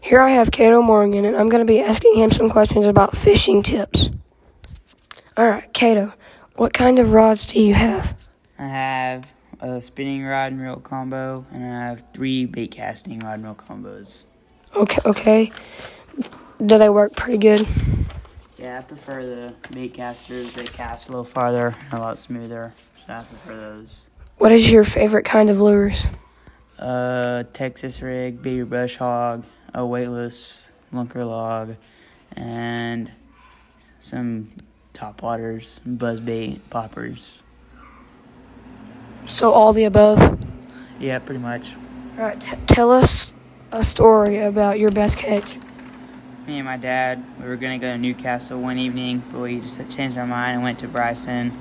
Here I have Cato Morgan, and I'm going to be asking him some questions about fishing tips. All right, Cato, what kind of rods do you have? I have a spinning rod and reel combo, and I have three bait casting rod and reel combos. Okay, okay. Do they work pretty good? Yeah, I prefer the bait casters. They cast a little farther and a lot smoother, so I prefer those. What is your favorite kind of lures? Uh, Texas rig, baby brush hog, a weightless lunker log, and some top waters, buzz bait poppers. So all the above. All Yeah, pretty much. right, t- tell us a story about your best catch. Me and my dad, we were gonna go to Newcastle one evening, but we just changed our mind and went to Bryson,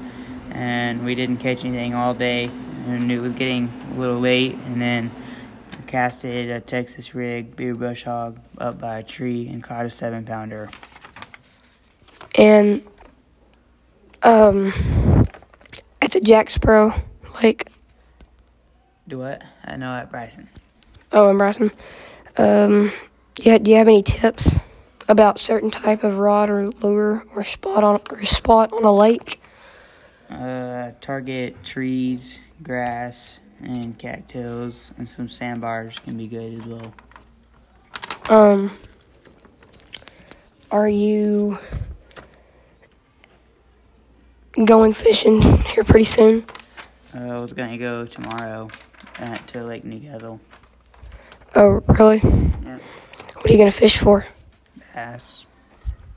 and we didn't catch anything all day, and it was getting a little late, and then we casted a Texas rig beer bush hog up by a tree and caught a seven pounder. and um at the Jack Sparrow Lake. Do what? I know at Bryson. Oh, in Bryson. Um, yeah. Do you have any tips about certain type of rod or lure or spot on or spot on a lake? Uh, target trees, grass, and cactus, and some sandbars can be good as well. Um, are you going fishing here pretty soon? Uh, I was gonna go tomorrow uh, to Lake Newcastle. Oh, really? Yeah. What are you gonna fish for? Bass.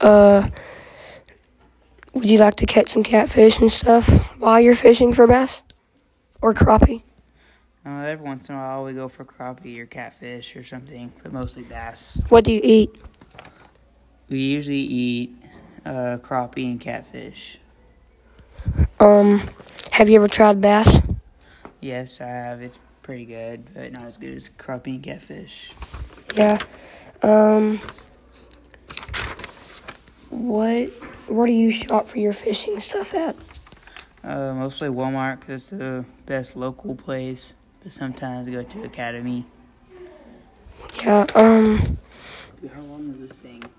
Uh, would you like to catch some catfish and stuff while you're fishing for bass or crappie? Uh, every once in a while, we go for crappie or catfish or something, but mostly bass. What do you eat? We usually eat uh, crappie and catfish. Um, have you ever tried bass? Yes, I have. It's pretty good, but not as good as crappie and catfish. Yeah. Um, what where do you shop for your fishing stuff at? Uh, mostly Walmart 'cause it's the best local place, but sometimes we go to Academy. Yeah. Um, How long is this thing?